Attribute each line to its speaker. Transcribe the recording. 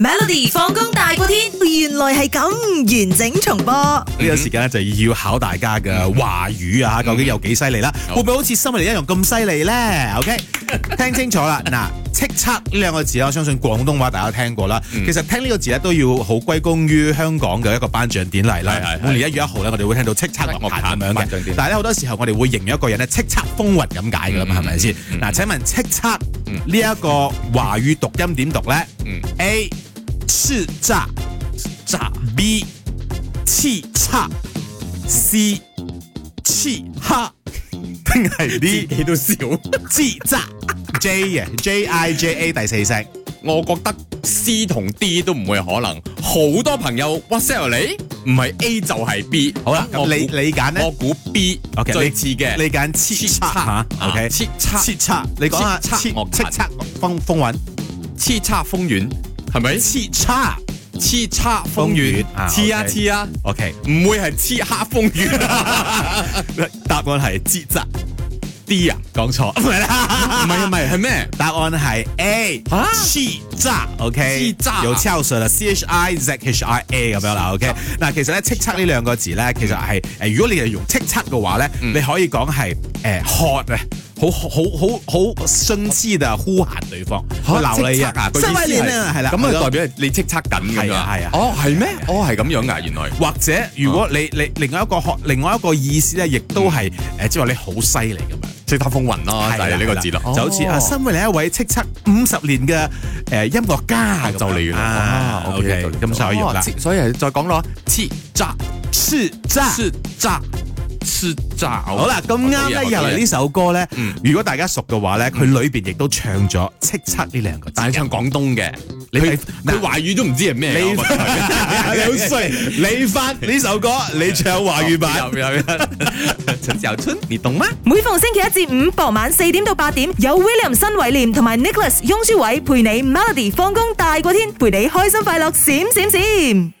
Speaker 1: Melody 放工大過天，原來係咁完整重播。
Speaker 2: 呢個時間咧就要考大家嘅華語
Speaker 3: 嗯
Speaker 2: 啊，究竟有幾犀利啦？會唔會好似新聞一樣咁犀利咧？OK，聽清楚啦，嗱。叱咤呢兩個字啦，我相信廣東話大家聽過啦。
Speaker 3: 嗯
Speaker 2: 其實聽呢個字咧都要好歸功於香港嘅一個頒獎典禮啦
Speaker 3: 係係。係
Speaker 2: 每年一月一號咧，我哋會聽到叱咤樂壇咁樣嘅
Speaker 3: 頒獎典禮。嗯
Speaker 2: 但係咧好多時候我哋會形容一個人咧叱咤風雲咁解㗎啦嘛，係咪先？嗱，請問叱咤呢一個華語讀音點讀咧
Speaker 3: 嗯
Speaker 2: ？A 叱咤炸 B 叱咤 C 叱咤定係 D
Speaker 3: 嗯你都笑，
Speaker 2: 叱咤 J 嘅 J I J A 第四聲。
Speaker 3: 我覺得 C 同 D 都唔會可能，好多朋友 WhatsApp 你，唔係 A 就係 B。
Speaker 2: 好啦，
Speaker 3: 我
Speaker 2: 咁你
Speaker 3: 估
Speaker 2: 你揀
Speaker 3: 我
Speaker 2: 咧
Speaker 3: 估 B
Speaker 2: OK，
Speaker 3: 最
Speaker 2: 你
Speaker 3: 似嘅，
Speaker 2: 你揀叱咤嚇，OK，
Speaker 3: 叱咤
Speaker 2: 叱咤，你講下
Speaker 3: 叱咤
Speaker 2: 叱
Speaker 3: 樂壇
Speaker 2: 叱咤風風雲，
Speaker 3: 叱咤風雲係咪？
Speaker 2: 叱咤
Speaker 3: 叱咤風雲
Speaker 2: 風雲啊，
Speaker 3: 黐啊
Speaker 2: OK
Speaker 3: 黐啊，
Speaker 2: ，OK，
Speaker 3: 唔會係叱咤風雲啊
Speaker 2: 答案係叱咤，
Speaker 3: D 啊，
Speaker 2: 講錯，唔係啦
Speaker 3: 唔係唔係係咩？
Speaker 2: 答案係 A，
Speaker 3: 啊
Speaker 2: 叱咤，OK，
Speaker 3: 叱咤
Speaker 2: 有超水啦，C H I Z H I A 咁樣啦，OK。嗱，其實咧叱咤呢兩個字咧，其實係誒，如果你係用叱咤嘅話咧，你可以講係誒喝啊。好好好好生氣地呼喊對方，
Speaker 3: 嚇
Speaker 2: 鬧你
Speaker 3: 叱咤啊
Speaker 2: 啊！
Speaker 3: 個意思係
Speaker 2: 失禮啊係啦，
Speaker 3: 咁
Speaker 2: 係
Speaker 3: 啊
Speaker 2: 咯
Speaker 3: 代表你叱咤緊咁
Speaker 2: 係
Speaker 3: 樣
Speaker 2: 啊係啊
Speaker 3: 哦係咩？哦係咁樣噶，原來。
Speaker 2: 或者如果你你另外一個學另外一個意思咧，亦都係誒，即係話你好犀利咁樣。
Speaker 3: 叱咤風雲啦，啊就係哦呢個字啦，
Speaker 2: 就好似啊，身為你一位叱咤五十年嘅誒音樂家咁樣
Speaker 3: 啊就嚟完啦
Speaker 2: 啊
Speaker 3: 哦
Speaker 2: ，OK，
Speaker 3: 就嚟
Speaker 2: 咁所以用啦
Speaker 3: 哦。切所以係再講咯，叱咤
Speaker 2: 叱咤。
Speaker 3: 叱咤叱咤。
Speaker 2: 好啦，咁啱咧，又嚟呢首歌咧。
Speaker 3: 嗯
Speaker 2: 如果大家熟嘅話咧，佢裏邊亦都唱咗叱咤呢兩個字。
Speaker 3: 但係唱廣東嘅，你
Speaker 2: 佢
Speaker 3: 你華語都唔知係咩啊，
Speaker 2: 你
Speaker 3: 我覺得你好衰，
Speaker 2: 你發呢首歌，你唱華語版。
Speaker 3: 有 有有，陳小春，你懂嗎？
Speaker 1: 每逢星期一至五傍晚四點到八點，有 William 新偉廉同埋 Nicholas 雍舒偉陪你 Melody 放工大過天，陪你開心快樂閃閃閃。